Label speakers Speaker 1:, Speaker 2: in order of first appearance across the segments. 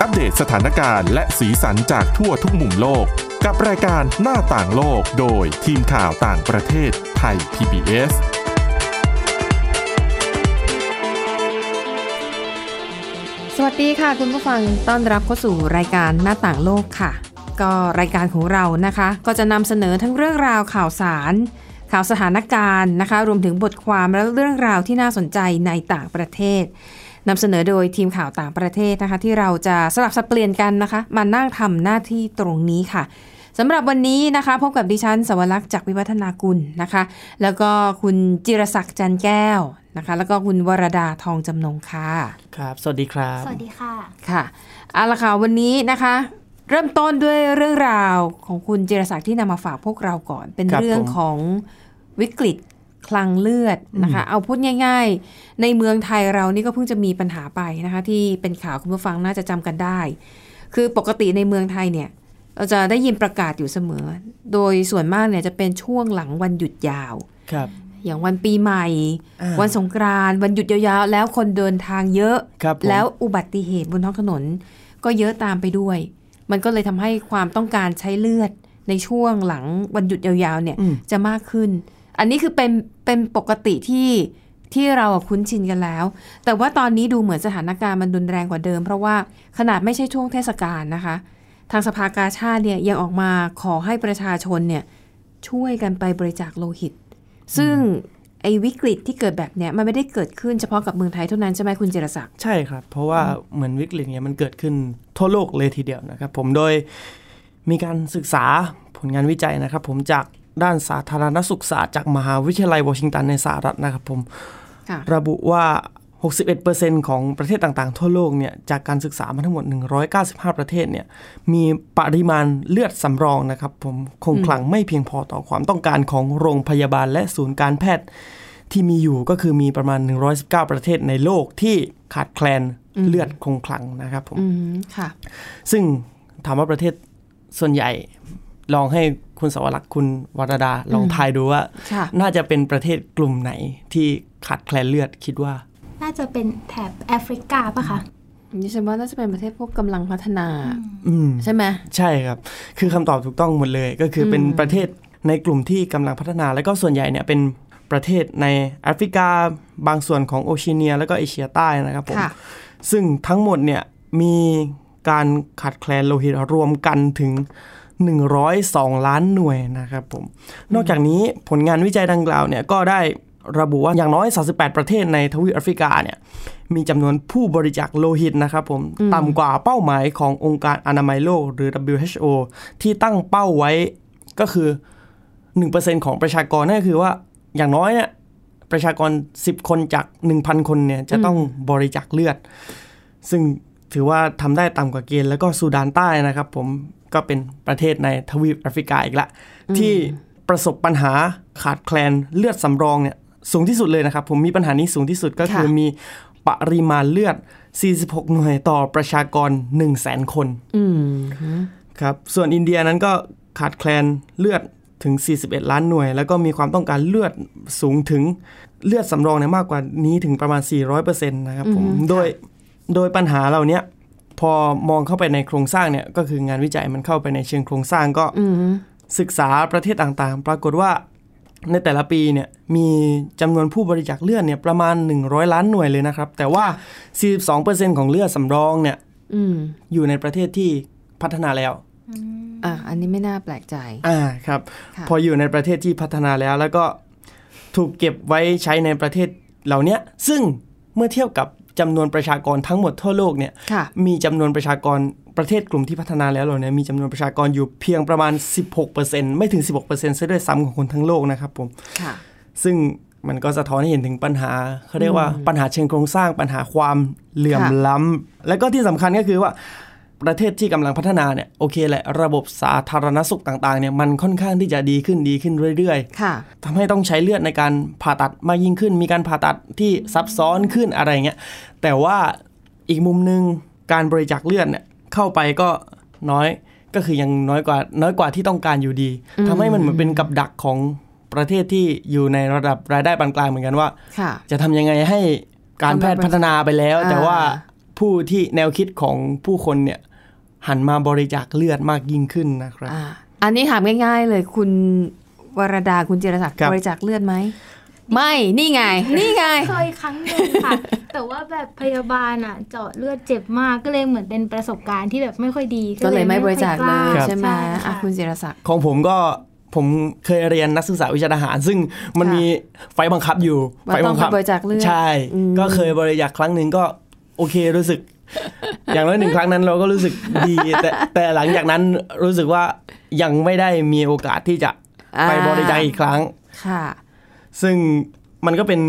Speaker 1: อัปเดตสถานการณ์และสีสันจากทั่วทุกมุมโลก กับรายการหน้าต่างโลกโดยทีมข่าวต่างประเทศไทย PBS
Speaker 2: สวัสดีค่ะ คุณผู้ฟังต้อนรับเข้าสู่รายการหน้าต่างโลกค่ะ ก็รายการของเรานะคะ ก็จะนำเสนอทั้งเรื่องราวข่าวสาร ข่าวสถานการณ์นะคะ รวมถึงบทความและเรื่องราวที่น่าสนใจในต่างประเทศนำเสนอโดยทีมข่าวต่างประเทศนะคะ ที่เราจะสลับสับเปลี่ยนกันนะคะ มานั่งทำหน้าที่ตรงนี้ค่ะสำหรับวันนี้นะคะ พบกับดิฉันสวรักษ์จากวิวัฒนากุลนะคะ แล้วก็คุณจิรศักดิ์จันแก้วนะคะ แล้วก็คุณวรดาทองจำนงค่ะ
Speaker 3: ครับ สวัสดีครับ
Speaker 4: สวัสดีค่ะ
Speaker 2: ค่ะเอาละค่ะวันนี้นะคะ เริ่มต้นด้วยเรื่องราวของคุณจิรศักดิ์ที่นำมาฝากพวกเราก่อน เป็น
Speaker 3: ครับ
Speaker 2: เรื่อง
Speaker 3: ผม
Speaker 2: ของวิกฤตคลังเลือดนะคะ เอาพูดง่าย ๆ ในเมืองไทยเรานี่ก็เพิ่งจะมีปัญหาไปนะคะ ที่เป็นข่าวคุณผู้ฟังน่าจะจำกันได้ คือปกติในเมืองไทยเนี่ย เราจะได้ยินประกาศอยู่เสมอ โดยส่วนมากเนี่ยจะเป็นช่วงหลังวันหยุดยาว
Speaker 3: ครับ
Speaker 2: อย่างวันปีใหม่
Speaker 3: อ่า
Speaker 2: วันสงกรานต์วันหยุดยาวๆ แล้วคนเดินทางเยอะ
Speaker 3: ครับผม
Speaker 2: แล้วอุบัติเหตุบนท้องถนน ก็เยอะตามไปด้วย มันก็เลยทำให้ความต้องการใช้เลือดในช่วงหลังวันหยุดยาวๆเนี่ย
Speaker 3: อืม
Speaker 2: จะมากขึ้น อันนี้คือเป็นเป็นปกติที่ที่เราอะคุ้นชินกันแล้ว แต่ว่าตอนนี้ดูเหมือนสถานการณ์มันรุนแรงกว่าเดิม เพราะว่าขนาดไม่ใช่ช่วงเทศกาลนะคะ ทางสภากาชาติเนี่ยยังออกมาขอให้ประชาชนเนี่ยช่วยกันไปบริจาคโลหิต ซึ่งไอ้วิกฤตที่เกิดแบบเนี้ยมันไม่ได้เกิดขึ้นเฉพาะกับเมืองไทยเท่านั้นใช่ไหมคุณเจรศักดิ์
Speaker 3: ใช่ครับ เพราะว่าเหมือนวิกฤตเนี่ยมันเกิดขึ้นทั่วโลกเลยทีเดียวนะครับ ผมโดยมีการศึกษาผลงานวิจัยนะครับ ผมจากด้านสาธารณสุขศาสตร์จากมหาวิทยาลัยวอชิงตันในสหรัฐนะครับผม
Speaker 2: ค่ะ
Speaker 3: ระบุว่า 61%ของประเทศต่างๆ ทั่วโลกเนี่ย จากการศึกษามาทั้งหมด 195 ประเทศเนี่ย มีปริมาณเลือดสำรองนะครับผมคงคลังไม่เพียงพอต่อความต้องการของโรงพยาบาลและศูนย์การแพทย์ที่มีอยู่ก็คือมีประมาณ 119 ประเทศในโลกที่ขาดแคลนเลือดคงคลังนะครับผม
Speaker 2: อืมค่ะ
Speaker 3: ซึ่งถามว่าประเทศส่วนใหญ่ ลองให้คุณสวรักษ์คุณวรดาลองทายดูว่า
Speaker 2: ค่ะ
Speaker 3: น่าจะเป็นประเทศกลุ่มไหนที่ขาดแคลนเลือดคิดว่า
Speaker 4: น่าจะเป็นแถบแอฟริกาปะ คะ
Speaker 2: ดิฉันว่าน่าจะเป็นประเทศพวกกำลังพัฒนา
Speaker 3: อืม
Speaker 2: ใช่ไหม
Speaker 3: ใช่ครับ คือคำตอบถูกต้องหมดเลย ก็คือเป็นประเทศในกลุ่มที่กำลังพัฒนา แล้วก็ส่วนใหญ่เนี่ยเป็นประเทศในแอฟริกา บางส่วนของโอเชียเนีย แล้วก็เอเชียใต้นะครับผม
Speaker 2: ค่ะ
Speaker 3: ซึ่งทั้งหมดเนี่ยมีการขาดแคลนโลหิตรวมกันถึง 102 ล้านหน่วยนะครับผม นอกจากนี้ผลงานวิจัยดังกล่าวเนี่ยก็ได้ระบุว่าอย่างน้อย 38 ประเทศในทวีปแอฟริกาเนี่ยมีจำนวนผู้บริจาคโลหิตนะครับผม ต่ำกว่าเป้าหมายขององค์การอนามัยโลกหรือ WHO ที่ตั้งเป้าไว้ก็คือ 1%ของประชากรนั่นก็คือว่าอย่างน้อยเนี่ย ประชากร 10 คนจาก 1,000 คนเนี่ยจะต้องบริจาคเลือด ซึ่งถือว่าทำได้ต่ำกว่าเกณฑ์แล้วก็ซูดานใต้นะครับผมก็เป็นประเทศในทวีปแอฟริกาอีกละที่ประสบปัญหาขาดแคลนเลือดสำรองเนี่ยสูงที่สุดเลยนะครับ ผมมีปัญหานี้สูงที่สุดก็คือ
Speaker 2: ค่ะ
Speaker 3: มีปริมาณเลือด 46 หน่วยต่อประชากร 1 0 0 0 0 0 คน
Speaker 2: อืม
Speaker 3: ครับ ส่วนอินเดียนั้นก็ขาดแคลนเลือดถึง 41 ล้านหน่วย แล้วก็มีความต้องการเลือดสูงถึงเลือดสำรองเนี่ยมากกว่านี้ถึงประมาณ 400%นะครับผม โดย โดยปัญหาเหล่าเนี้ยพอมองเข้าไปในโครงสร้างเนี่ย ก็คืองานวิจัยมันเข้าไปในเชิงโครงสร้างก็
Speaker 2: อืม
Speaker 3: ศึกษาประเทศต่างๆ ปรากฏว่าในแต่ละปีเนี่ยมีจำนวนผู้บริจาคเลือดเนี่ยประมาณ 100 ล้านหน่วยเลยนะครับ แต่ว่า 42%ของเลือดสำรองเนี่ย
Speaker 2: อืม
Speaker 3: อยู่ในประเทศที่พัฒนาแล้ว
Speaker 2: อ่ะ อันนี้ไม่น่าแปลกใจ
Speaker 3: อ่าครับ
Speaker 2: ค่ะ
Speaker 3: พออยู่ในประเทศที่พัฒนาแล้ว แล้วก็ถูกเก็บไว้ใช้ในประเทศเหล่าเนี้ยซึ่งเมื่อเทียบกับจำนวนประชากรทั้งหมดทั่วโลกเนี่ย
Speaker 2: ค่ะ
Speaker 3: มีจำนวนประชากรประเทศกลุ่มที่พัฒนาแล้วเหล่าเนี้ยมีจำนวนประชากรอยู่เพียงประมาณ 16%ไม่ถึง 16%ซะด้วยซ้ำของคนทั้งโลกนะครับผม
Speaker 2: ค่ะ
Speaker 3: ซึ่งมันก็สะท้อนให้เห็นถึงปัญหาเขาเรียกว่าปัญหาเชิงโครงสร้างปัญหาความเหลื่อม
Speaker 2: ค่ะ
Speaker 3: ล้ำและก็ที่สำคัญก็คือว่าประเทศที่กำลังพัฒนาเนี่ยโอเคแหละระบบสาธารณสุขต่างๆเนี่ยมันค่อนข้างที่จะดีขึ้นดีขึ้นเรื่อยๆ
Speaker 2: ค่ะ
Speaker 3: ทำให้ต้องใช้เลือดในการผ่าตัดมากยิ่งขึ้น มีการผ่าตัดที่ซับซ้อนขึ้นอะไรเงี้ย แต่ว่าอีกมุมหนึ่งการบริจาคเลือดเนี่ยเข้าไปก็น้อย ก็คือยังน้อยกว่าน้อยกว่าที่ต้องการอยู่ดี ทำให้มันเหมือนเป็นกับดักของประเทศที่อยู่ในระดับรายได้ปานกลางเหมือนกันว่า
Speaker 2: ค่ะ
Speaker 3: จะทำยังไงให้การแพทย์พัฒนาไปแล้ว
Speaker 2: อ่า
Speaker 3: แต่ว่า ผู้ที่แนวคิดของผู้คนเนี่ยหันมาบริจาคเลือดมากยิ่งขึ้นนะครับ
Speaker 2: อ่าอันนี้ถามง่าย ๆ เลยคุณวรดาคุณเจรศักดิ์
Speaker 3: ครับ
Speaker 2: บริจาคเลือดไหม ไม่นี่ไง นี่ไง
Speaker 4: เคยครั้งหนึ่งค่ะ แต่ว่าแบบพยาบาลอ่ะ เจาะเลือดเจ็บมากก็เลยเหมือนเป็นประสบการณ์ที่แบบไม่ค่อยดี
Speaker 2: ก็เลยไม่บริจาคเลย
Speaker 4: ค่อก
Speaker 2: ใช่ไหมอ่ะ
Speaker 4: ค่ะ
Speaker 2: คุณเจรศักดิ์
Speaker 3: ของผมก็ผมเคยเรียนนักศึกษาวิชาทหาร ซึ่งมัน
Speaker 2: ค่ะ
Speaker 3: มีไฟบังคับอยู่
Speaker 2: ว่า
Speaker 3: บัคั
Speaker 2: ต้องไปบริจาคเลือด
Speaker 3: ใช่
Speaker 2: อืม
Speaker 3: ก็เคยบริจาคครั้งหนึ่งก็โอเครู้สึก อย่างน้อยหนึ่งครั้งนั้นเราก็รู้สึกดี แต่แต่หลังจากนั้นรู้สึกว่ายังไม่ได้มีโอกาสที่จะไปบริจาคอีกครั้ง
Speaker 2: ค่ะ
Speaker 3: ซึ่งมันก็เป็น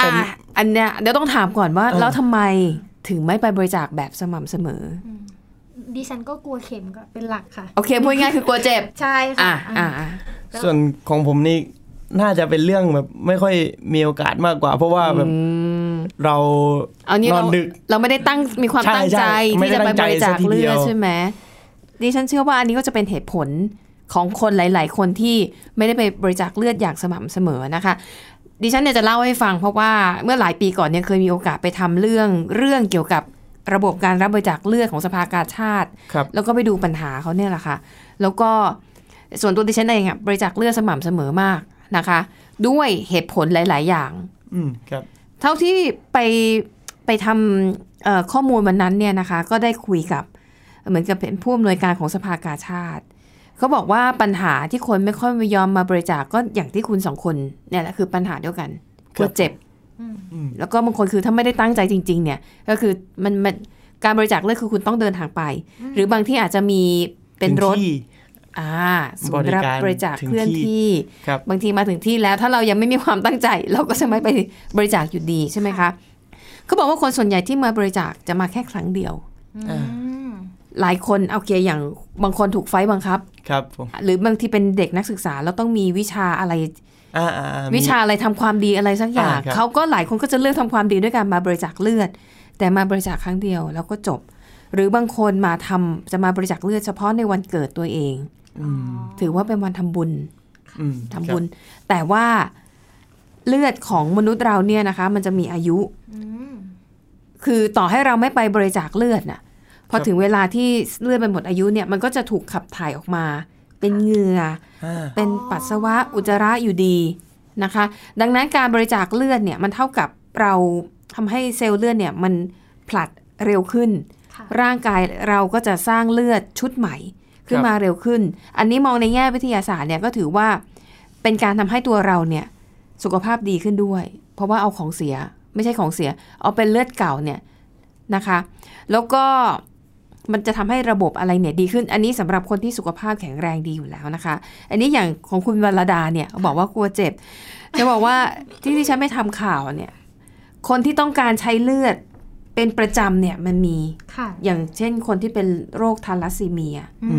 Speaker 2: อ่ะ
Speaker 3: ผม
Speaker 2: อันเนี้ยเดี๋ยวต้องถามก่อนว่า
Speaker 3: เออ
Speaker 2: แล้วทำไมถึงไม่ไปบริจาคแบบสม่ำเสมอ
Speaker 4: ดิฉันก็กลัวเข็มก็เป็นหลักค่ะ
Speaker 2: โอเคพูดง่ายคือกลัวเจ็บ
Speaker 4: ใช่
Speaker 2: อ่ะ
Speaker 4: ค่ะ
Speaker 2: อ่ะ
Speaker 4: อ่ะ
Speaker 2: อ่ะ
Speaker 4: แล้ว
Speaker 3: ส่วนของผมนี่น่าจะเป็นเรื่องแบบไม่ค่อยมีโอกาสมากกว่า เพราะว่าแบบเรา
Speaker 2: เอานี้
Speaker 3: นอ
Speaker 2: เรา
Speaker 3: นดึก
Speaker 2: เราไม่ได้ตั้งมีความ
Speaker 3: ใช่
Speaker 2: ตั้งใจ
Speaker 3: ใช่ไม่
Speaker 2: ที่จะ
Speaker 3: ได้ตั้
Speaker 2: ไป
Speaker 3: ง
Speaker 2: บริ
Speaker 3: ใจ
Speaker 2: จาค
Speaker 3: ซะทีเดี
Speaker 2: เลื
Speaker 3: ย
Speaker 2: อ
Speaker 3: ว
Speaker 2: ดใช่ไหมดิฉันเชื่อว่าอันนี้ก็จะเป็นเหตุผลของคนหลาย ๆ คนที่ไม่ได้ไปบริจาคเลือดอย่างสม่ำเสมอนะคะ ดิฉันเนี่ยจะเล่าให้ฟังเพราะว่าเมื่อหลายปีก่อนเนี่ยเคยมีโอกาสไปทำเรื่องเรื่องเกี่ยวกับระบบการรับบริจาคเลือดของสภากาชาติ
Speaker 3: ครับ
Speaker 2: แล้วก็ไปดูปัญหาเขาเนี่ยแหละค่ะ แล้วก็ส่วนตัวดิฉันเองอะบริจาคเลือดสม่ำเสมอมากนะคะ ด้วยเหตุผลหลาย ๆ อย่าง
Speaker 3: อืมครับ
Speaker 2: เท่าที่ไปไปทำเอ่อข้อมูลวันนั้นเนี่ยนะคะ ก็ได้คุยกับเหมือนกับเป็นผู้อำนวยการของสภากาชาติ เขาบอกว่าปัญหาที่คนไม่ค่อยยอมมาบริจาคก็อย่างที่คุณสองคนเนี่ยแหละคือปัญหาเดียวกันกลัวเจ็บ แล้วก็บางคนคือถ้าไม่ได้ตั้งใจจริง ๆ เนี่ย ก็คือมันมันการบริจาคเลือดคือคุณต้องเดินทางไป หรือบางที่อาจจะมีเป็นรถ อ่าศูนย์รับบริจาค
Speaker 3: บริการถึง
Speaker 2: เคลื่อน
Speaker 3: ที่
Speaker 2: ที่
Speaker 3: ครับ
Speaker 2: บางทีมาถึงที่แล้วถ้าเรายังไม่มีความตั้งใจ เราก็จะไม่ไปบริจาคอยู่ดีใช่ไหมคะเขาบอกว่าคนส่วนใหญ่ที่มาบริจาคจะมาแค่ครั้งเดียว
Speaker 4: อืม
Speaker 2: หลายคนเอาเคอย่างบางคนถูกไฟบังคับ
Speaker 3: ครับผม
Speaker 2: หรือบางทีเป็นเด็กนักศึกษาแล้วต้องมีวิชาอะไร
Speaker 3: อ่าอ่าอ่
Speaker 2: วิชาอะไรทำความดีอะไรสักอย่าง
Speaker 3: อ่าครับ
Speaker 2: เขาก็หลายคนก็จะเลือกทำความดีด้วยการมาบริจาคเลือด แต่มาบริจาคครั้งเดียวแล้วก็จบ หรือบางคนมาทำจะมาบริจาคเลือดเฉพาะในวันเกิดตัวเอง
Speaker 3: อืม
Speaker 2: ถือว่าเป็นวันทำบุญ
Speaker 3: อืม
Speaker 2: ทำบุญแต่ว่าเลือดของมนุษย์เราเนี่ยนะคะ มันจะมีอายุ
Speaker 4: อืม
Speaker 2: คือต่อให้เราไม่ไปบริจาคเลือดน่ะพอถึงเวลาที่เลือดมันหมดอายุเนี่ยมันก็จะถูกขับถ่ายออกมา เป็นเหงื่อ
Speaker 3: ครับอ่า
Speaker 2: เป็นปัสสาวะอุจจาระอยู่ดีนะคะ ดังนั้นการบริจาคเลือดเนี่ยมันเท่ากับเราทำให้เซลล์เลือดเนี่ยมันผลัดเร็วขึ้น
Speaker 4: ค่ะ
Speaker 2: ร่างกายเราก็จะสร้างเลือดชุดใหม่ ขึ้นมาเร็วขึ้น อันนี้มองในแง่วิทยาศาสตร์เนี่ยก็ถือว่าเป็นการทำให้ตัวเราเนี่ยสุขภาพดีขึ้นด้วย เพราะว่าเอาของเสียไม่ใช่ของเสีย เอาเป็นเลือดเก่าเนี่ยนะคะ แล้วก็มันจะทำให้ระบบอะไรเนี่ยดีขึ้น อันนี้สำหรับคนที่สุขภาพแข็งแรงดีอยู่แล้วนะคะ อันนี้อย่างของคุณวรดาเนี่ยบอกว่ากลัวเจ็บ จะบอกว่าที่ที่ฉันไม่ทำข่าวเนี่ยคนที่ต้องการใช้เลือดเป็นประจำเนี่ยมันมี
Speaker 4: ค่ะ
Speaker 2: อย่างเช่นคนที่เป็นโรคทาลัสซีเมีย
Speaker 4: อื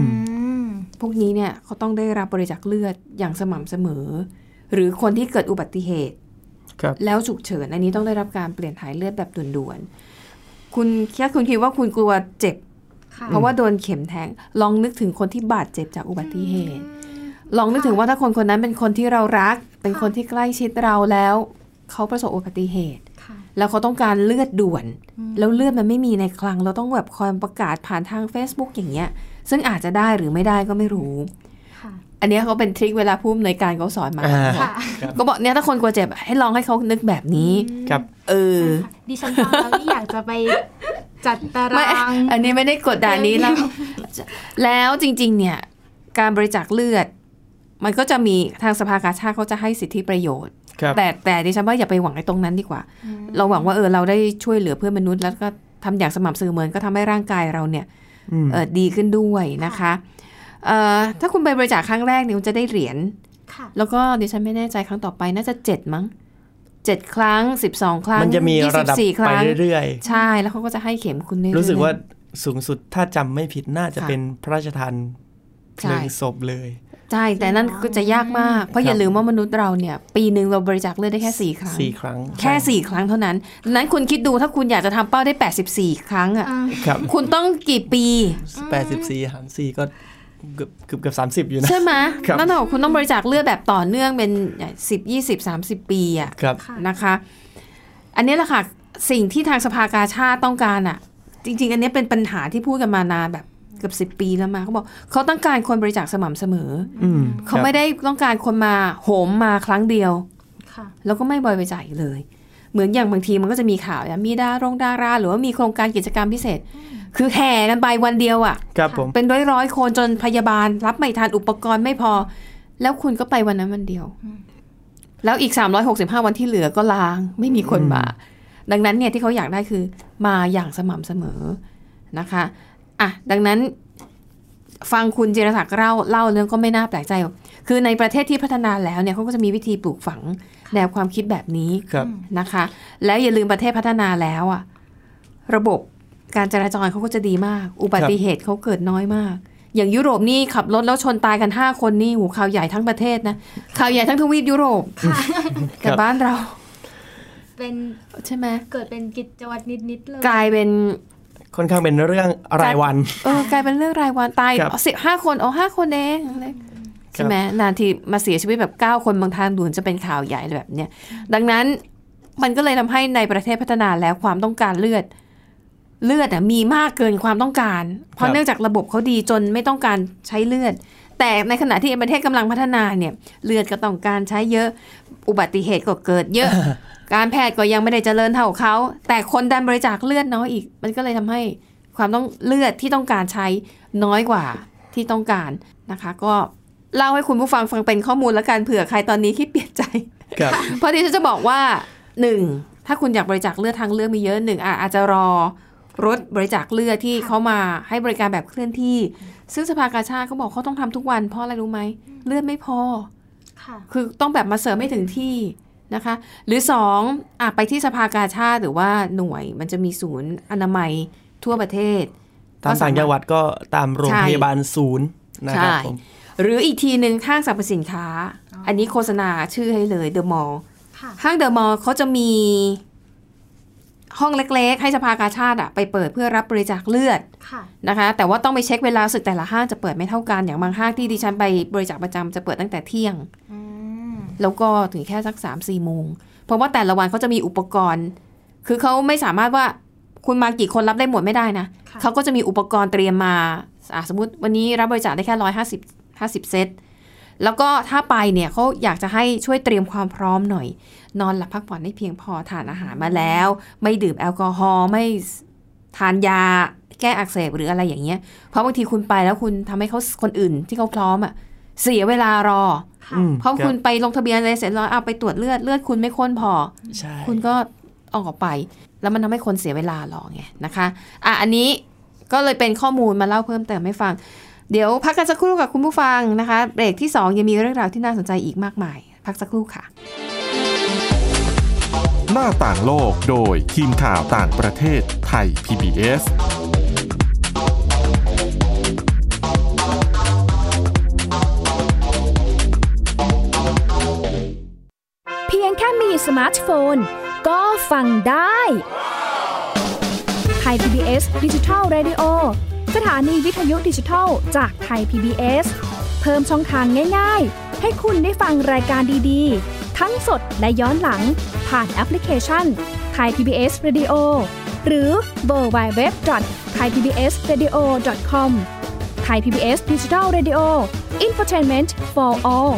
Speaker 4: ม
Speaker 2: พวกนี้เนี่ยเขาต้องได้รับบริจาคเลือดอย่างสม่ำเสมอ หรือคนที่เกิดอุบัติเหตุ
Speaker 3: ครับ
Speaker 2: แล้วฉุกเฉิน อันนี้ต้องได้รับการเปลี่ยนถ่ายเลือดแบบด่วนๆคุณแค่คุณคิดว่าคุณกลัวเจ็บ
Speaker 4: ค่ะ
Speaker 2: เพราะว่าโดนเข็มแทง ลองนึกถึงคนที่บาดเจ็บจากอุบัติเหตุ ลองนึกถึงว่าถ้าคนคนนั้นเป็นคนที่เรารัก เป็นคนที่ใกล้ชิดเราแล้ว เขาประสบอุบัติเหตุ
Speaker 4: ค่ะ
Speaker 2: แล้วเขาต้องการเลือดด่วน
Speaker 4: อืม
Speaker 2: แล้วเลือดมันไม่มีในคลัง เราต้องแบบคอยประกาศผ่านทาง Facebook อย่างเงี้ย ซึ่งอาจจะได้หรือไม่ได้ก็ไม่รู้
Speaker 4: ค่ะ
Speaker 2: อันเนี้ยเขาเป็นทริคเวลาผู้อำนวยการเขาสอนมา
Speaker 3: อ่า
Speaker 4: ค่ะ
Speaker 2: ก็บอกเนี่ยถ้าคนกลัวเจ็บ ให้ลองให้เขานึกแบบนี้
Speaker 3: ครับ
Speaker 2: เออ
Speaker 4: ค่ะดิฉันฟังแล้วนี่อยากจะไปจัดตา
Speaker 2: ไม่
Speaker 4: ราง
Speaker 2: อันนี้ไม่ได้ กดด่านนี้แล้ว แล้วจริงๆ เนี่ย การบริจาคเลือด มันก็จะมีทางสภากาชาติเขาจะให้สิทธิประโยชน์
Speaker 3: ครับ
Speaker 2: แต่แต่ดิฉันว่าอย่าไปหวังในตรงนั้นดีกว่า
Speaker 4: อืม
Speaker 2: เราหวังว่าเออเราได้ช่วยเหลือเพื่อนมนุษย์ แล้วก็ทำอย่างสม่ำเสมอก็ทำให้ร่างกายเราเนี่ย
Speaker 3: อืม
Speaker 2: เออดีขึ้นด้วยนะคะเอ่อถ้าคุณไปบริจาคครั้งแรกเนี่ยคุณจะได้เหรียญ
Speaker 4: ค่ะ
Speaker 2: แล้วก็ดิฉันไม่แน่ใจครั้งต่อไปน่าจะเจ็ดมั้งเจ็ดครั้งสิบสองครั้ง
Speaker 3: มันจะมี
Speaker 2: ยี่สิ
Speaker 3: ระ
Speaker 2: บ
Speaker 3: ดับ
Speaker 2: สี่ค
Speaker 3: ไป
Speaker 2: รั้ง
Speaker 3: เรื่อย
Speaker 2: ใช่แล้วเขาก็จะให้เข็มคุณเรื่อยๆ
Speaker 3: ๆรู้สึกว่าสูงสุดถ้าจำไม่ผิดน่าจะ
Speaker 2: ค่ะ
Speaker 3: เป็นพระราชทานเพลิง
Speaker 2: ใช่
Speaker 3: ศพเลย
Speaker 2: ใช่แต่นั่นก็จะยากมากเพราะ
Speaker 3: ครับ
Speaker 2: อย่าลืมว่ามนุษย์เราเนี่ยปีหนึ่งเราบริจาคเลือดได้แค่สี่ครั้ง
Speaker 3: สี่ครั้ง
Speaker 2: แค่สี่ครั้งเท่านั้นดังนั้นคุณคิดดูถ้าคุณอยากจะทำเป้าได้ 84 ครั้งอ่ะ
Speaker 4: อ่า
Speaker 3: ครับ
Speaker 2: คุณต้องกี่ปี
Speaker 3: แปดสิบสี่หารสี่ก็เกือบเกือบเกือบสามสิบอยู่นะ
Speaker 2: ใช่ไหม
Speaker 3: ครับ
Speaker 2: นั่นเท่ากับคุณต้องบริจาคเลือดแบบต่อเนื่องเป็นสิบยี่สิบสามสิบปีอ่ะ
Speaker 3: ครับ
Speaker 4: ค่ะ
Speaker 2: นะคะ อันนี้แหละค่ะ สิ่งที่ทางสภากาชาติต้องการอ่ะ จริง ๆ อันเนี้ยเป็นปัญหาที่พูดกันมานานแบบเกือบสิบ10 ปีแล้วมาเขาบอกเขาต้องการคนบริจาคสม่ำเสมอ
Speaker 3: อืม
Speaker 2: เขาไม่ได้ต้องการคนมาโหมมาครั้งเดียว
Speaker 4: ค่ะ
Speaker 2: แล้วก็ไม่บริจาคอีกเลย เหมือนอย่างบางทีมันก็จะมีข่าวนะมีดารงดาราหรือว่ามีโครงการกิจกรรมพิเศษ คือแห่กันไปวันเดียวอะ่ะ
Speaker 3: ครับผม
Speaker 2: เป็นร้อยร้อยๆคนจนพยาบาล รับไม่ทันอุปกรณ์ไม่พอ แล้วคุณก็ไปวันนั้นวันเดียว
Speaker 4: อืม
Speaker 2: แล้วอีก 365 วันที่เหลือก็ลาง ไม่มีคนมา ดังนั้นเนี่ยที่เขาอยากได้คือมาอย่างสม่ำเสมอนะคะอ่ะดังนั้น ฟังคุณจิรศักดิ์เล่าเล่าเรื่องก็ไม่น่าแปลกใจ คือในประเทศที่พัฒนาแล้วเนี่ยเขาก็จะมีวิธีปลูกฝังแนวความคิดแบบนี้
Speaker 3: ครับ
Speaker 2: นะคะ แล้วอย่าลืมประเทศพัฒนาแล้วอะระบบการจราจรเขาก็จะดีมาก อุบัติเหตุเขาเกิดน้อยมาก อย่างยุโรปนี่ขับรถแล้วชนตายกัน 5 คนนี่หูข่าวใหญ่ทั้งประเทศนะข่าวใหญ่ทั้งทวีปยุโรปแต่บ้านเรา
Speaker 4: เป็น
Speaker 2: ใช่ไหม
Speaker 4: เกิดเป็นกิจวัตรนิดๆเลย
Speaker 2: กลายเป็น
Speaker 3: ค่อนข้างเป็นเรื่องรายวัน
Speaker 2: เออกลายเป็นเรื่องรายวันตาย
Speaker 3: ครับ
Speaker 2: สิบห้าคนเอาห้าคนเองอะไรใช่ไหมนานทีมาเสียชีวิตแบบ 9 คนบางทางด่วนจะเป็นข่าวใหญ่แบบเนี้ยดังนั้นมันก็เลยทำให้ในประเทศพัฒนาแล้วความต้องการเลือด เลือดอะมีมากเกินความต้องการ เพ
Speaker 3: ค
Speaker 2: ราะ
Speaker 3: รับ
Speaker 2: เนื่องจากระบบเขาดีจนไม่ต้องการใช้เลือด แต่ในขณะที่ประเทศกำลังพัฒนาเนี่ย เลือดก็ต้องการใช้เยอะ อุบัติเหตุก็เกิดเยอะ การแพทย์ก็ยังไม่ได้เจริญเท่าเขา แต่คนดันบริจาคเลือดน้อยอีก มันก็เลยทำให้ความต้องเลือดที่ต้องการใช้น้อยกว่าที่ต้องการนะคะ ก็เล่าให้คุณผู้ฟังฟังเป็นข้อมูลแล้วกันเผื่อใครตอนนี้คิดเปลี่ยนใจ
Speaker 3: ครับ
Speaker 2: เพราะที่ฉันจะบอกว่าหนึ่งถ้าคุณอยากบริจาคเลือดทางเลือกมีเยอะหนึ่งอ่ะอาจจะรอรถบริจาคเลือดที่เขามาให้บริการแบบเคลื่อนที่ ซึ่งสภากาชาติเขาบอกเขาต้องทำทุกวันเพราะอะไรรู้ไหมเลือดไม่พอ
Speaker 4: ค่ะ
Speaker 2: คือต้องแบบมาเสริมให้ถึงที่นะคะ หรือสองอ่ะไปที่สภากาชาติหรือว่าหน่วยมันจะมีศูนย์อนามัยทั่วประเทศ
Speaker 3: ตามต่างจังหวัดก็ตามโรงพยาบาลศูนย์นะครับ
Speaker 2: ใช่
Speaker 3: ผม
Speaker 2: หรืออีกทีหนึ่งห้างสรรพสินค้า อันนี้โฆษณาชื่อให้เลยเดอะมอล
Speaker 4: ค่ะ
Speaker 2: ห้างเดอะมอลล์เขาจะมีห้องเล็กๆ ให้สภากาชาติอะไปเปิดเพื่อรับบริจาคเลือด
Speaker 4: ค่ะ
Speaker 2: นะคะ แต่ว่าต้องไปเช็คเวลารู้สึกแต่ละห้างจะเปิดไม่เท่ากันอย่างบางห้างที่ดิฉันไปบริจาคประจำจะเปิดตั้งแต่เที่ยง
Speaker 4: อืม
Speaker 2: แล้วก็ถึงแค่สัก3ามสี่โมง เพราะว่าแต่ละวันเขาจะมีอุปกรณ์ คือเขาไม่สามารถว่าคุณมากี่คนรับได้หมดไม่ได้นะ
Speaker 4: ค่ะ
Speaker 2: เขาก็จะมีอุปกรณ์เตรียมมาอ่ะสมมติวันนี้รับบริจาคได้แค่ร้อยห้าสิบห้าสิบเซต แล้วก็ถ้าไปเนี่ยเขาอยากจะให้ช่วยเตรียมความพร้อมหน่อย นอนหลับพักผ่อนให้เพียงพอทานอาหารมาแล้ว ไม่ดื่มแอลกอฮอล์ไม่ทานยาแก้อักเสบหรืออะไรอย่างเงี้ย เพราะบางทีคุณไปแล้วคุณทำให้เขาคนอื่นที่เขาพร้อมอ่ะเสียเวลารอ
Speaker 4: ค่ะ
Speaker 3: อืม
Speaker 2: เพราะ
Speaker 3: ครับ
Speaker 2: คุณไปลงทะเบียนอะไรเสร็จแล้วเอาไปตรวจเลือดเลือดคุณไม่ข้นพอ
Speaker 3: ใช่
Speaker 2: คุณก็ออกไป แล้วมันทำให้คนเสียเวลารอไงนะคะอ่ะอันนี้ก็เลยเป็นข้อมูลมาเล่าเพิ่มเติมให้ฟัง เดี๋ยวพักกันสักครู่กับคุณผู้ฟังนะคะเบรกที่ 2 ยังมีเรื่องราวที่น่าสนใจอีกมากมาย พักสักครู่ค่ะ
Speaker 1: หน้าต่างโลกโดยทีมข่าวต่างประเทศไทย PBS
Speaker 5: เพียงแค่มีสมาร์ทโฟน ก็ฟังได้ไทย PBS ดิจิทัล Radio สถานีวิทยุดิจิทัลจากไทย PBS เพิ่มช่องทางง่ายๆ ให้คุณได้ฟังรายการดีๆ ทั้งสดและย้อนหลัง ผ่านแอปพลิเคชันไทย PBS Radio หรือเวอร์ไบเว็บไทยพีบีเอสเรดิโอคอมไทยพีบีเอสดิจิทัลเรดิโออินฟอร์ทนเมนต์ for all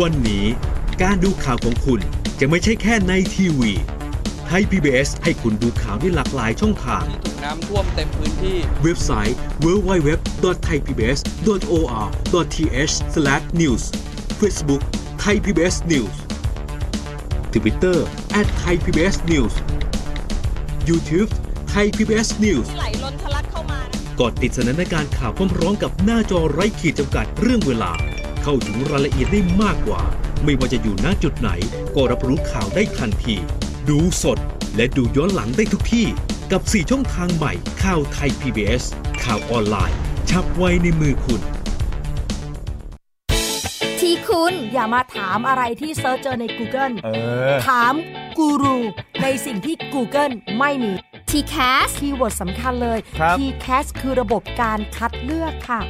Speaker 6: วันนี้การดูข่าวของคุณจะไม่ใช่แค่ในทีวีไทย PBS ให้คุณดูข่าวได้หลากหลายช่องทาง
Speaker 7: ถูกน้ำท่วมเต็มพื้นที่
Speaker 6: เว็บไซต์ www.thaipbs.or.th/news Facebook Thai PBS News Twitter @thaipbsnews YouTube Thai PBS News
Speaker 8: ไหลล้นทะลักเข้ามา
Speaker 6: กดติดสนันในการข่าวพร้อมร้องกับหน้าจอไร้ขีดจำกัดเรื่องเวลา เข้าถึงรายละเอียดได้มากกว่า ไม่ว่าจะอยู่ณจุดไหน ก็รับรู้ข่าวได้ทันที ดูสดและดูย้อนหลังได้ทุกที่ กับ 4 ช่องทางใหม่ข่าวไทย PBS ข่าวออนไลน์ ชับไว้ในมือคุณ
Speaker 8: ที่คุณอย่ามาถามอะไรที่เซิร์ชเจอใน Google ถามกูรูในสิ่งที่ Google ไม่มี t c a s
Speaker 7: คีย์เวิร์ดสำคัญเลย
Speaker 9: ครับ
Speaker 7: TCAS คือระบบการคัดเลือกค่ะ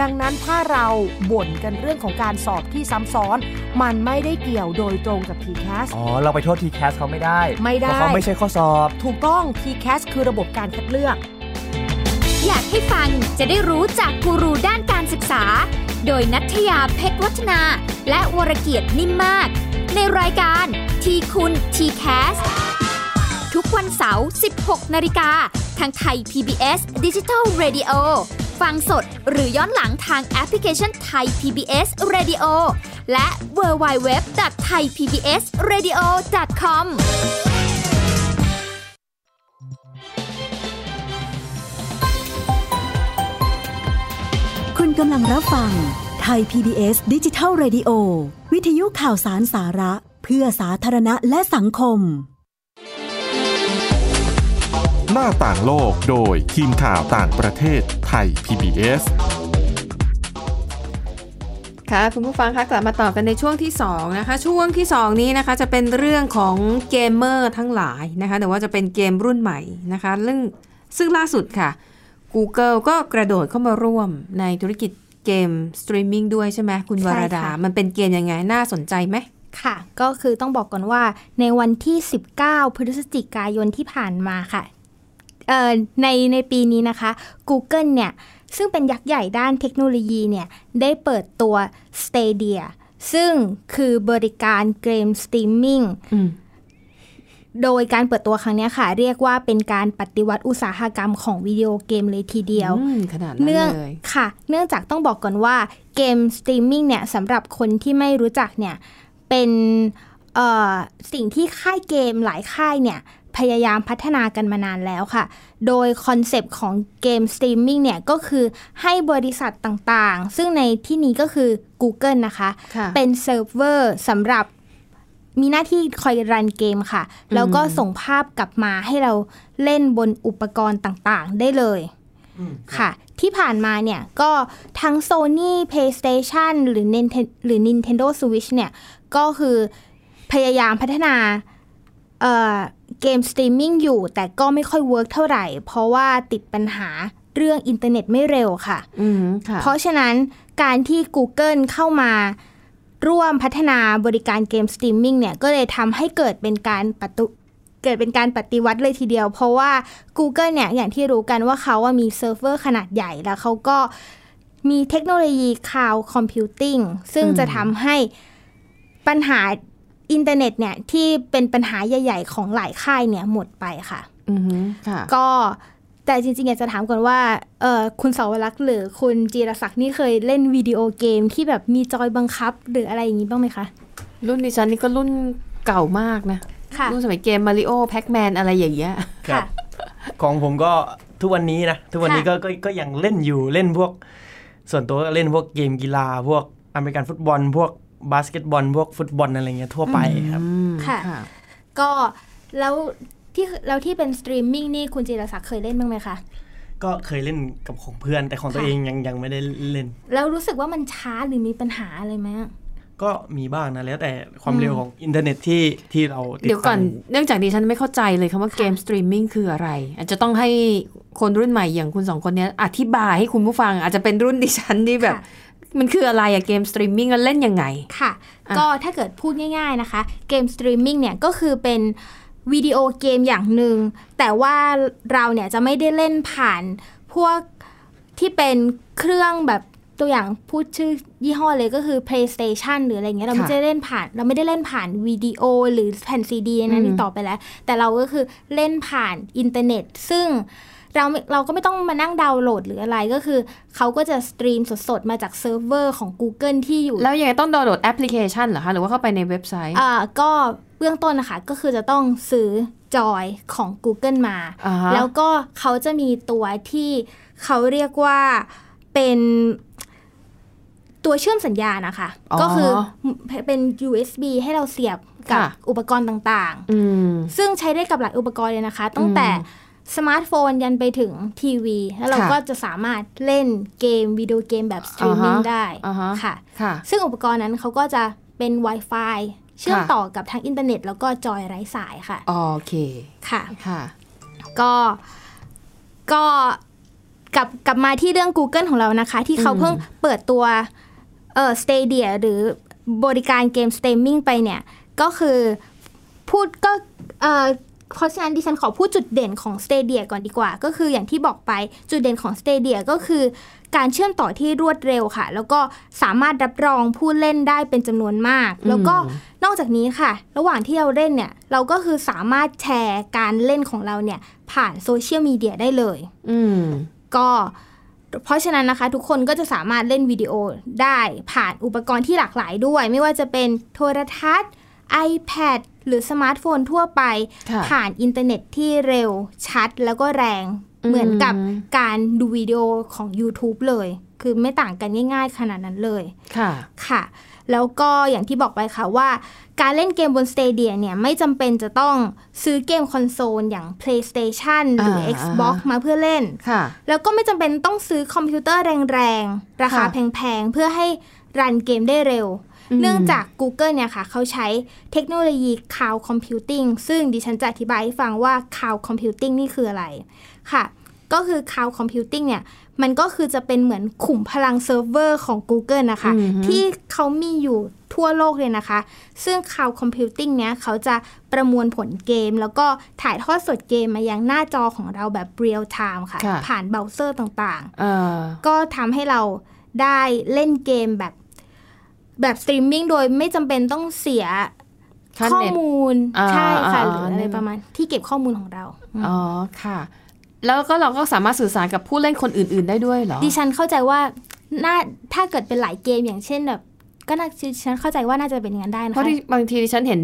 Speaker 7: ดังนั้นถ้าเราบ่นกันเรื่องของการสอบที่ซ้ำซ้อน มันไม่ได้เกี่ยวโดยตรงกับ TCAS
Speaker 9: อ๋อ เราไปโทษทีแคสเขาไม่ได้
Speaker 7: ไม่ได้
Speaker 9: เพราะเขาไม่ใช่ข้อสอบ
Speaker 7: ถูกต้อง TCAS คือระบบการคัดเลือก
Speaker 8: อยากให้ฟังจะได้รู้จากกูรูด้านการศึกษา โดยนัทยาเพชรวัฒนา และวรเกียดนิ่มมาก ในรายการทีคุณทีแคสทุกวันเสาร์ 16 นาฬิกา ทางไทย PBS Digital Radio ฟังสดหรือย้อนหลังทางแอปพลิเคชันไทย PBS Radio และ w w w t h a i p b s r a d i o c o m
Speaker 10: คุณกำลังรับฟังไทย PBS ดิจิทัล Radio วิทยุข่าวสารสาระ เพื่อสาธารณะและสังคม
Speaker 1: หน้าต่างโลกโดยทีมข่าวต่างประเทศไทย PBS
Speaker 2: ค่ะคุณผู้ฟังคะกลับมาต่อกันในช่วงที่สองนะคะช่วงที่สองนี้นะคะจะเป็นเรื่องของเกมเมอร์ทั้งหลายนะคะแต่ว่าจะเป็นเกมรุ่นใหม่นะคะเรื่องซึ่งล่าสุดค่ะ Google ก็กระโดดเข้ามาร่วมในธุรกิจเกมสตรีมมิ่งด้วยใช่ไหมคุณวรดา
Speaker 4: ใช่ค่ะ
Speaker 2: มันเป็นเกมยังไงน่าสนใจไหม
Speaker 4: ค่ะ ก็คือต้องบอกก่อนว่าในวันที่ 19 พฤศจิกายนที่ผ่านมาค่ะเอ่อในในปีนี้นะคะ Google เนี่ย ซึ่งเป็นยักษ์ใหญ่ด้านเทคโนโลยีเนี่ย ได้เปิดตัว Stadia ซึ่งคือบริการเกมสตรีมมิ่ง
Speaker 2: อืม
Speaker 4: โดยการเปิดตัวครั้งเนี้ยค่ะ เรียกว่าเป็นการปฏิวัติอุตสาหกรรมของวิดีโอเกมเลยทีเดียว
Speaker 2: อืมขนาดนั้น
Speaker 4: เนื่อง
Speaker 2: เลย
Speaker 4: ค่ะ เนื่องจากต้องบอกก่อนว่าเกมสตรีมมิ่งเนี่ยสำหรับคนที่ไม่รู้จักเนี่ยเป็นเอ่อสิ่งที่ค่ายเกมหลายค่ายเนี่ยพยายามพัฒนากันมานานแล้วค่ะ โดยคอนเซปต์ของเกมสตรีมมิ่งเนี่ยก็คือให้บริษัทต่างๆ ซึ่งในที่นี้ก็คือ Google นะคะ
Speaker 2: ค่ะ
Speaker 4: เป็นเซิร์ฟเวอร์สำหรับมีหน้าที่คอยรันเกมค่ะ แล้วก็ส่งภาพกลับมาให้เราเล่นบนอุปกรณ์ต่างๆ ได้เลยค่ะ ที่ผ่านมาเนี่ยก็ทั้ง Sony PlayStation หรือ Nintendo, หรือ Nintendo Switch เนี่ย ก็คือพยายามพัฒนาเอ่อเกมสตรีมมิ่งอยู่ แต่ก็ไม่ค่อยเวิร์กเท่าไหร่ เพราะว่าติดปัญหาเรื่องอินเทอร์เน็ตไม่เร็วค่ะ
Speaker 2: อืมค่ะ
Speaker 4: เพราะฉะนั้นการที่ Google เข้ามาร่วมพัฒนาบริการเกมสตรีมมิ่งเนี่ย ก็เลยทำให้เกิดเป็นการปฏิเกิดเป็นการปฏิวัติเลยทีเดียว เพราะว่า Google เนี่ย อย่างที่รู้กันว่าเขาว่ามีเซิร์ฟเวอร์ขนาดใหญ่แล้วเขาก็มีเทคโนโลยีคลาวด์คอมพิวติ้งซึ่ง
Speaker 2: อืม
Speaker 4: จะทำให้ปัญหาอินเทอร์เน็ตเนี่ย ที่เป็นปัญหาใหญ่ ๆ ของหลายค่ายเนี่ยหมดไปค่ะ
Speaker 2: อืมค่ะ
Speaker 4: ก็แต่จริงๆอยากจะถามก่อนว่าเออคุณเสาวรักษ์หรือคุณจีรศักดิ์นี่เคยเล่นวิดีโอเกมที่แบบมีจอยบังคับ หรืออะไรอย่างนี้บ้างไหมคะ
Speaker 2: รุ่นดิฉันนี่ก็รุ่นเก่ามากนะ
Speaker 4: ค่ะ
Speaker 2: รุ่นสมัยเกมมาริโอแพ็กแมนอะไรอย่างเงี้ย
Speaker 3: ครับของผมก็ทุกวันนี้นะ ทุกวันนี้ก็ก็ก็ยังเล่นอยู่เล่นพวก ส่วนตัวก็เล่นพวกเกมกีฬา พวกอเมริกันฟุตบอล พวกบาสเกตบอล พวกฟุตบอลอะไรเงี้ยทั่วไปครับ
Speaker 2: อืม
Speaker 4: ค่ะ ก็แล้วที่แล้วที่เป็นสตรีมมิ่งนี่คุณจีรศักดิ์เคยเล่นบ้างไหมคะ
Speaker 3: ก็เคยเล่นกับของเพื่อน แต่ของตัว
Speaker 4: ค่ะ
Speaker 3: เองยังยังไม่ได้เล่น
Speaker 4: แล้วรู้สึกว่ามันช้าหรือมีปัญหาอะไรไหมอะ
Speaker 3: ก็มีบ้างนะแล้วแต่ความเร็วของอินเทอร์เน็ตที่ที่เราติด
Speaker 2: เดี๋ยวก่อน
Speaker 3: ตาม
Speaker 2: เนื่องจากดิฉันไม่เข้าใจเลยคำว่าเกมสตรีมมิ่งคืออะไร อาจจะต้องให้คนรุ่นใหม่อย่างคุณสองคนเนี้ยอธิบายให้คุณผู้ฟัง อาจจะเป็นรุ่นดิฉันที่แบบ
Speaker 4: ค่ะ
Speaker 2: มันคืออะไรอะเกมสตรีมมิ่งแล้วเล่นยังไง
Speaker 4: ค่ะ
Speaker 2: อ่ะ
Speaker 4: ก็ถ้าเกิดพูดง่ายๆนะคะ เกมสตรีมมิ่งเนี่ยก็คือเป็นวิดีโอเกมอย่างหนึ่ง แต่ว่าเราเนี่ยจะไม่ได้เล่นผ่านพวกที่เป็นเครื่องแบบตัวอย่างพูดชื่อยี่ห้อเลยก็คือ PlayStation หรืออะไรเงี้ยเราไม่ได้เล่นผ่าน เราไม่ได้เล่นผ่านวิดีโอหรือแผ่นซีดีนั้นอีกต่อไปแล้ว แต่เราก็คือเล่นผ่านอินเทอร์เน็ต ซึ่งเราไม่เราก็ไม่ต้องมานั่งดาวน์โหลดหรืออะไรก็คือเขาก็จะสตรีมสดๆมาจากเซิร์ฟเวอร์ของ Google ที่อยู่
Speaker 2: แล้วยังไงต้องดาวน์โหลดแอปพลิเคชันเหรอคะ หรือว่าเข้าไปในเว็บไซต์
Speaker 4: อ่าก็เบื้องต้นนะคะ ก็คือจะต้องซื้อจอยของ Google มา
Speaker 2: อ่าฮะ
Speaker 4: แล้วก็เขาจะมีตัวที่เขาเรียกว่าเป็นตัวเชื่อมสัญญาณนะคะ
Speaker 2: อ
Speaker 4: ก็คือเป็น USB ให้เราเสียบกับ
Speaker 2: ค่ะ
Speaker 4: อุปกรณ์ต่าง
Speaker 2: อืม
Speaker 4: ๆ ซึ่งใช้ได้กับหลายอุปกรณ์เลยนะคะ ตั้งแต่สมาร์ทโฟนยันไปถึงทีวี แล้วเรา
Speaker 2: ค่ะ
Speaker 4: ก็จะสามารถเล่นเกมวิดีโอเกมแบบสตรีมมิ่ง
Speaker 2: อ่าฮะ
Speaker 4: ได้
Speaker 2: อ่าฮะ
Speaker 4: ค่ะ
Speaker 2: ค่ะ
Speaker 4: ซึ่งอุปกรณ์นั้นเขาก็จะเป็น Wi-Fi เชื่อม
Speaker 2: ค่ะ
Speaker 4: ต่อกับทางอินเทอร์เน็ต แล้วก็จอยไร้สายค่ะ
Speaker 2: โอเค
Speaker 4: ค่ะ
Speaker 2: ค่ะ
Speaker 4: ก็ก็กลับกลับมาที่เรื่อง Google ของเรานะคะ ที่เขาเพิ่งเปิดตัวเอ่อ Stadia หรือบริการเกมสเตมมิ่งไปเนี่ย ก็คือพูดก็เอ่อเพราะฉะนั้นดิฉันขอพูดจุดเด่นของ Stadia ก่อนดีกว่า ก็คืออย่างที่บอกไปจุดเด่นของ Stadia ก็คือ การเชื่อมต่อที่รวดเร็วค่ะ แล้วก็สามารถรับรองผู้เล่นได้เป็นจำนวนมาก แล้วก็นอกจากนี้ค่ะ ระหว่างที่เราเล่นเนี่ย เราก็คือสามารถแชร์การเล่นของเราเนี่ย ผ่านโซเชียลมีเดียได้เลย
Speaker 2: อืม
Speaker 4: ก็เพราะฉะนั้นนะคะ ทุกคนก็จะสามารถเล่นวิดีโอได้ผ่านอุปกรณ์ที่หลากหลายด้วย ไม่ว่าจะเป็นโทรทัศน์ iPad หรือสมาร์ทโฟนทั่วไป
Speaker 2: ค่ะ
Speaker 4: ผ่านอินเทอร์เน็ตที่เร็วชัดแล้วก็แรงเหมือนกับการดูวิดีโอของ YouTube เลย คือไม่ต่างกันง่ายๆ ขนาดนั้นเลย
Speaker 2: ค่ะ
Speaker 4: ค่ะ แล้วก็อย่างที่บอกไปค่ะว่าการเล่นเกมบน Stadia เนี่ยไม่จำเป็นจะต้องซื้อเกมคอนโซลอย่าง PlayStation หรือ
Speaker 2: อ่า
Speaker 4: Xbox มาเพื่อเล่น
Speaker 2: ค่ะ
Speaker 4: แล้วก็ไม่จำเป็นต้องซื้อคอมพิวเตอร์แรงๆ ราคา
Speaker 2: ค่ะ
Speaker 4: แพงๆ เพื่อให้รันเกมได้เร็ว
Speaker 2: อืม
Speaker 4: เนื่องจาก Google เนี่ยค่ะ เขาใช้เทคโนโลยี Cloud Computing ซึ่งดิฉันจะอธิบายให้ฟังว่า Cloud Computing นี่คืออะไรค่ะ ก็คือ Cloud Computing เนี่ย มันก็คือจะเป็นเหมือนขุมพลังเซิร์ฟเวอร์ของ Google นะคะ ที่เขามีอยู่ทั่วโลกเลยนะคะ ซึ่ง Cloud Computing เนี้ยเขาจะประมวลผลเกม แล้วก็ถ่ายทอดสดเกมมายังหน้าจอของเราแบบเรียลไทม์ค่ะ
Speaker 2: ค่ะ
Speaker 4: ผ่านเบราว์เซอร์ต่าง
Speaker 2: เอ่อ
Speaker 4: ๆ ก็ทำให้เราได้เล่นเกมแบบแบบสตรีมมิ่งโดยไม่จำเป็นต้องเสีย
Speaker 2: ค่า
Speaker 4: ข้อ
Speaker 2: เน็ต
Speaker 4: มูล
Speaker 2: อ่า
Speaker 4: ใช่ค่ะ
Speaker 2: อ่า
Speaker 4: หรืออะไร
Speaker 2: อ่า
Speaker 4: ประมาณที่เก็บข้อมูลของเรา
Speaker 2: อ๋อ ค่ะ แล้วก็เราก็สามารถสื่อสารกับผู้เล่นคนอื่น ๆ ได้ด้วยเหรอ
Speaker 4: ดิฉันเข้าใจว่าน่าถ้าเกิดเป็นหลายเกมอย่างเช่นแบบ ก็น่าดิฉันเข้าใจว่าน่าจะเป็นอย่างนั้นได้นะ
Speaker 2: เพ
Speaker 4: คะ
Speaker 2: ราะที่บางทีดิฉันเห็น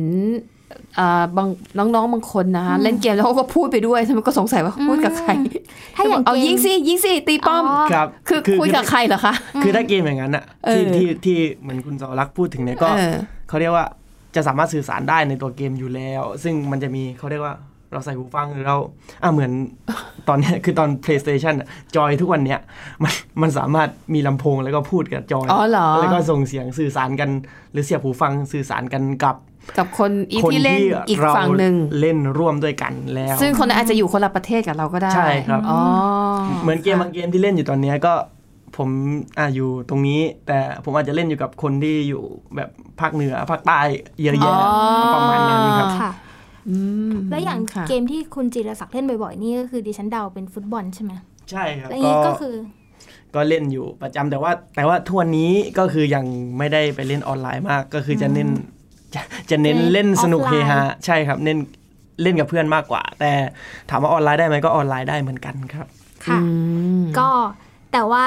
Speaker 2: เอ่อบางน้องๆบางคนนะคะเล่นเกมแล้วเขาก็พูดไปด้วยฉันก็สงสัยว่าพูดกับใคร
Speaker 4: ถ้าอย่าง
Speaker 2: เอา
Speaker 4: เกม
Speaker 2: ยิงสิยิงสิตีป้อม
Speaker 4: อ๋อ
Speaker 3: ครับ
Speaker 2: คือคุยกับใครเหรอคะ
Speaker 3: คือถ้าเกมอย่างนั้นอะ
Speaker 2: เออ
Speaker 3: ที่ที่ที่เหมือนคุณสาวรักษ์พูดถึงเนี่ยก็
Speaker 2: เออ
Speaker 3: เขาเรียกว่าจะสามารถสื่อสารได้ในตัวเกมอยู่แล้ว ซึ่งมันจะมีเขาเรียกว่าเราใส่หูฟังหรือเราอ่ะเหมือนตอนเนี้ยคือตอน PlayStation อะจอยทุกวันเนี้ยมันมันสามารถมีลำโพงแล้วก็พูดกับจอย
Speaker 2: อ๋อเหรอ
Speaker 3: แล้วก็ส่งเสียงสื่อสารกัน หรือเสียบหูฟังสื่อสารกันกับ
Speaker 2: กับคนอีก
Speaker 3: คน
Speaker 2: ที่เล่น
Speaker 3: ที่
Speaker 2: อีก
Speaker 3: เรา
Speaker 2: ฝั่งหนึ่ง
Speaker 3: เล่นร่วมด้วยกันแล้ว
Speaker 2: ซึ่งคนนั้นอาจจะอยู่คนละประเทศกับเราก็ได้
Speaker 3: ใช่ครับ
Speaker 2: อ๋อ
Speaker 3: เหมือนเกมบางเกมที่เล่นอยู่ตอนเนี้ยก็ผมอ่ะอยู่ตรงนี้ แต่ผมอาจจะเล่นอยู่กับคนที่อยู่แบบภาคเหนือภาคใต้เยอะแยะประมาณนั้นครับ
Speaker 4: ค่ะ
Speaker 2: อืม
Speaker 4: แล้วอย่าง
Speaker 2: ค่ะ
Speaker 4: เกมที่คุณจิรศักดิ์เล่นบ่อยๆ นี่ก็คือดิฉันเดาเป็นฟุตบอลใช่ไหม
Speaker 3: ใช่ครับ
Speaker 4: แล้วอย่างนี้ก็คือ
Speaker 3: ก็เล่นอยู่ประจำแต่ว่า แต่ว่าทั่วนนี้ก็คือยังไม่ได้ไปเล่นออนไลน์มาก ก็คือจะเน้นจะจะเน้น
Speaker 4: เน้น
Speaker 3: เล่นสนุก
Speaker 4: ออฟ
Speaker 3: เฮ
Speaker 4: ไลน์
Speaker 3: ฮาใช่ครับเน้นเล่นกับเพื่อนมากกว่า แต่ถามว่าออนไลน์ได้ไหมก็ออนไลน์ได้เหมือนกันครับ
Speaker 4: ค่ะ
Speaker 2: อืม
Speaker 4: ก็แต่ว่า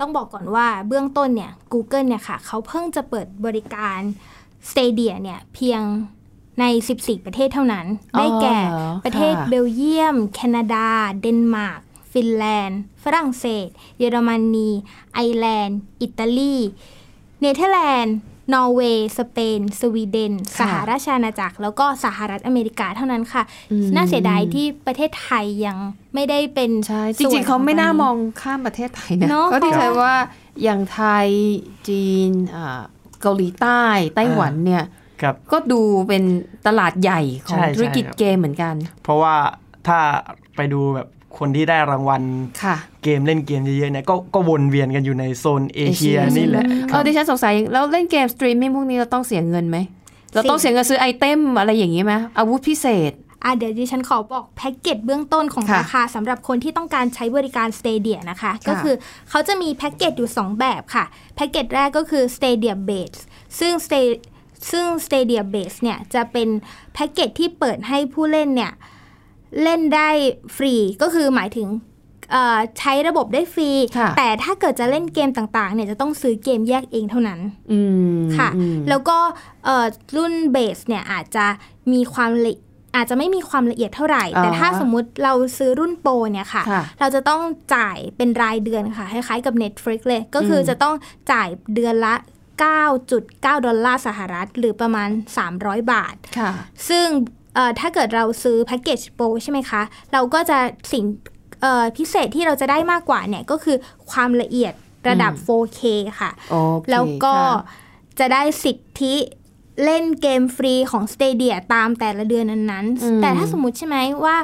Speaker 4: ต้องบอกก่อนว่าเบื้องต้นเนี่ย Google เนี่ยค่ะ เขาเพิ่งจะเปิดบริการ Stadia เนี่ย เพียงใน 14 ประเทศเท่านั้น
Speaker 2: อ๋อ
Speaker 4: ได้แก่
Speaker 2: เหรอ
Speaker 4: ประเทศ
Speaker 2: ค่ะ
Speaker 4: เบลเยียม แคนาดา เดนมาร์ก ฟินแลนด์ ฝรั่งเศส เยอรมนี ไอร์แลนด์ อิตาลี เนเธอร์แลนด์ นอร์เวย์ สเปน สวีเดน สหราชอาณาจักร แล้วก็สหรัฐอเมริกาเท่านั้นค่ะ น่าเสียดายที่ประเทศไทยยังไม่ได้เป็น
Speaker 2: ใช่ จ
Speaker 4: ส่วน
Speaker 2: ริง ๆเขาไม่
Speaker 4: ขต
Speaker 2: น่า
Speaker 4: นี้
Speaker 2: มองข้ามประเทศไทยนะ
Speaker 4: เนอะ
Speaker 2: ก็ที่
Speaker 4: เพ
Speaker 2: เคย
Speaker 4: ราะว่า
Speaker 2: ว่าอย่างไทยจีนอ่าเกาหลีใต้ ไต้หวันเนี่ย
Speaker 3: ครับ
Speaker 2: ก็ดูเป็นตลาดใหญ่ของ
Speaker 3: ใช่ใช่
Speaker 2: ธุรกิจ
Speaker 3: ครับ
Speaker 2: เกมเหมือนกัน
Speaker 3: เพราะว่าถ้าไปดูแบบคนที่ได้รางวัล
Speaker 2: ค่ะ
Speaker 3: เกมเล่นเกมเยอะๆเนี่ยก็ก็วนเวียนกันอยู่ในโซนเอเชีย
Speaker 2: เอเชีย
Speaker 3: นี่แหละ
Speaker 2: เออดิฉันสงสัยแล้วเล่นเกมสตรีมมิ่งพวกนี้เราต้องเสียเงินไหม เราต้องเสียเงินซื้อไอเทมอะไรอย่างนี้ไหมอาวุธพิเศษ
Speaker 4: อ่ะเดี๋ยวดิฉันขอบอกแพ็กเกจเบื้องต้นของ
Speaker 2: ค่ะ
Speaker 4: ราคาสำหรับคนที่ต้องการใช้บริการ Stadia นะคะ ก็คือเขาจะมีแพ็กเกจอยู่ 2 แบบค่ะ แพ็กเกจแรกก็คือ Stadia Base ซึ่ง Stay ซึ่ง Stadia Base เนี่ย จะเป็นแพ็กเกจที่เปิดให้ผู้เล่นเนี่ย เล่นได้ฟรีก็คือหมายถึงเอ่อใช้ระบบได้ฟรี
Speaker 2: ค่ะ
Speaker 4: แต่ถ้าเกิดจะเล่นเกมต่างๆเนี่ยจะต้องซื้อเกมแยกเองเท่านั้น
Speaker 2: อืม
Speaker 4: ค่ะ
Speaker 2: อืม
Speaker 4: แล้วก็เอ่อรุ่นเบสเนี่ยอาจจะมีความละอาจจะไม่มีความละเอียดเท่าไหร่
Speaker 2: อ๋อ
Speaker 4: แต่ถ้าสมมุติเราซื้อรุ่นโปรเนี่ยค่ะ
Speaker 2: ค่ะ
Speaker 4: เราจะต้องจ่ายเป็นรายเดือนค่ะคล้ายๆกับ Netflix เลยก็คืออ
Speaker 2: ม
Speaker 4: จะต้องจ่ายเดือนละ 9.9 ดอลลาร์สหรัฐ หรือประมาณ 300 บาท
Speaker 2: ค่ะ
Speaker 4: ซึ่งเอ่อถ้าเกิดเราซื้อแพ็กเกจโปรใช่ไหมคะ เราก็จะสิ่งเอ่อพิเศษที่เราจะได้มากกว่าเนี่ยก็คือความละเอียดระดับ 4K ค่ะ
Speaker 2: โอเค
Speaker 4: แล้วก็
Speaker 2: ค่ะ
Speaker 4: จะได้สิทธิ เล่นเกมฟรีของ Stadia ตามแต่ละเดือนนั้น
Speaker 2: อืม
Speaker 4: ๆ แต่ถ้าสมมติใช่ไหมว่า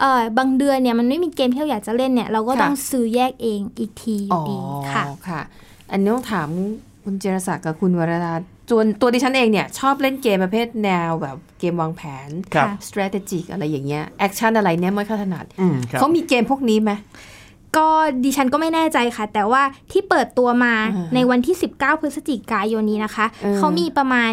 Speaker 4: เออบางเดือนเนี่ยมันไม่มีเกมที่เราอยากจะเล่นเนี่ย เราก็
Speaker 2: ค่ะ
Speaker 4: ต้องซื้อแยกเองอีกทีอ
Speaker 2: อ๋
Speaker 4: ยู่
Speaker 2: อ
Speaker 4: ดีค่ะ
Speaker 2: ค่ะ อันนี้ต้องถามคุณเจรศักดิ์กับคุณวรดาจวนตัวดิฉันเองเนี่ย ชอบเล่นเกมประเภทแนวแบบเกมวางแผน
Speaker 3: ครับ
Speaker 2: strategic อะไรอย่างเงี้ย แอคชั่นอะไรเนี่ยไม่ค่อยถนัด
Speaker 3: อืมครับ
Speaker 2: เขามีเกมพวกนี้ไหม
Speaker 4: ก็ดิฉันก็ไม่แน่ใจค่ะ แต่ว่าที่เปิดตัวมา
Speaker 2: อ่า
Speaker 4: ในวันที่ 19 พฤศจิกายนนี้นะคะ
Speaker 2: เออ
Speaker 4: เขามีประมาณ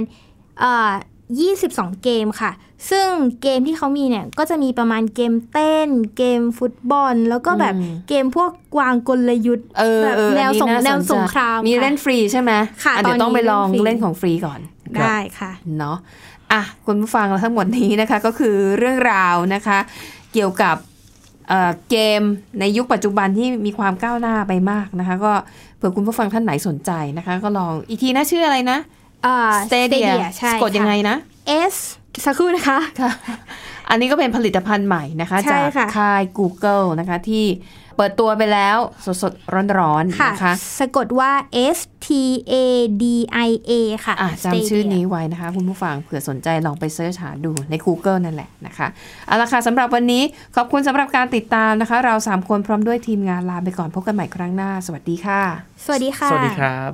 Speaker 4: เอ่อ22 เกมค่ะ ซึ่งเกมที่เขามีเนี่ย ก็จะมีประมาณเกมเต้น เกมฟุตบอล แล้วก็แบบเกมพวกวางกลยุทธ์
Speaker 2: เออ
Speaker 4: แบบ
Speaker 2: เออ
Speaker 4: แนวสง
Speaker 2: อัา
Speaker 4: แนว
Speaker 2: ใจ
Speaker 4: สงคราม
Speaker 2: มี
Speaker 4: ค่ะ
Speaker 2: เล่นฟรีใช่ไหม
Speaker 4: ค่ะ
Speaker 2: อ่เดี๋ยว
Speaker 4: ต
Speaker 2: ต้
Speaker 4: อ
Speaker 2: อน ง
Speaker 4: นี้
Speaker 2: ไปลอง
Speaker 4: เล่
Speaker 2: เล่
Speaker 4: นฟรี
Speaker 2: นของฟรีก่อน
Speaker 4: ได้ค่ะ
Speaker 2: เนาะอ่ะคุณผู้ฟังเราทั้งหมดนี้นะคะก็คือเรื่องราวนะคะ เกี่ยวกับเอ่อเกมในยุคปัจจุบันที่มีความก้าวหน้าไปมากนะคะ ก็เผื่อคุณผู้ฟังท่านไหนสนใจนะคะ ก็ลองอีกทีนะชื่ออะไรนะ
Speaker 4: เอ่อ
Speaker 2: Stadia
Speaker 4: ใช่
Speaker 2: สะกดยังไงนะ
Speaker 4: เอสสักครู่นะคะ
Speaker 2: ค่ะอันนี้ก็เป็นผลิตภัณฑ์ใหม่นะคะ
Speaker 4: ใช่
Speaker 2: จาก
Speaker 4: ค่ะ
Speaker 2: ค่าย Google นะคะที่เปิดตัวไปแล้วสดๆ ร้อนๆ
Speaker 4: ค่ะ
Speaker 2: นะคะ
Speaker 4: สะกดว่า S T A D I A ค่ะ
Speaker 2: อ่ะ
Speaker 4: Stadia
Speaker 2: จำชื่อนี้ไว้นะคะ คุณผู้ฟังเผื่อสนใจลองไปเสิร์ชหาดูใน Google นั่นแหละนะคะเอาละค่ะสำหรับวันนี้ขอบคุณสำหรับการติดตามนะคะ เรา 3 คนพร้อมด้วยทีมงานลาไปก่อนพบกันใหม่ครั้งหน้า สวัสดีค่ะ
Speaker 4: สวัสดีค่ะ
Speaker 3: สวัสดีครับ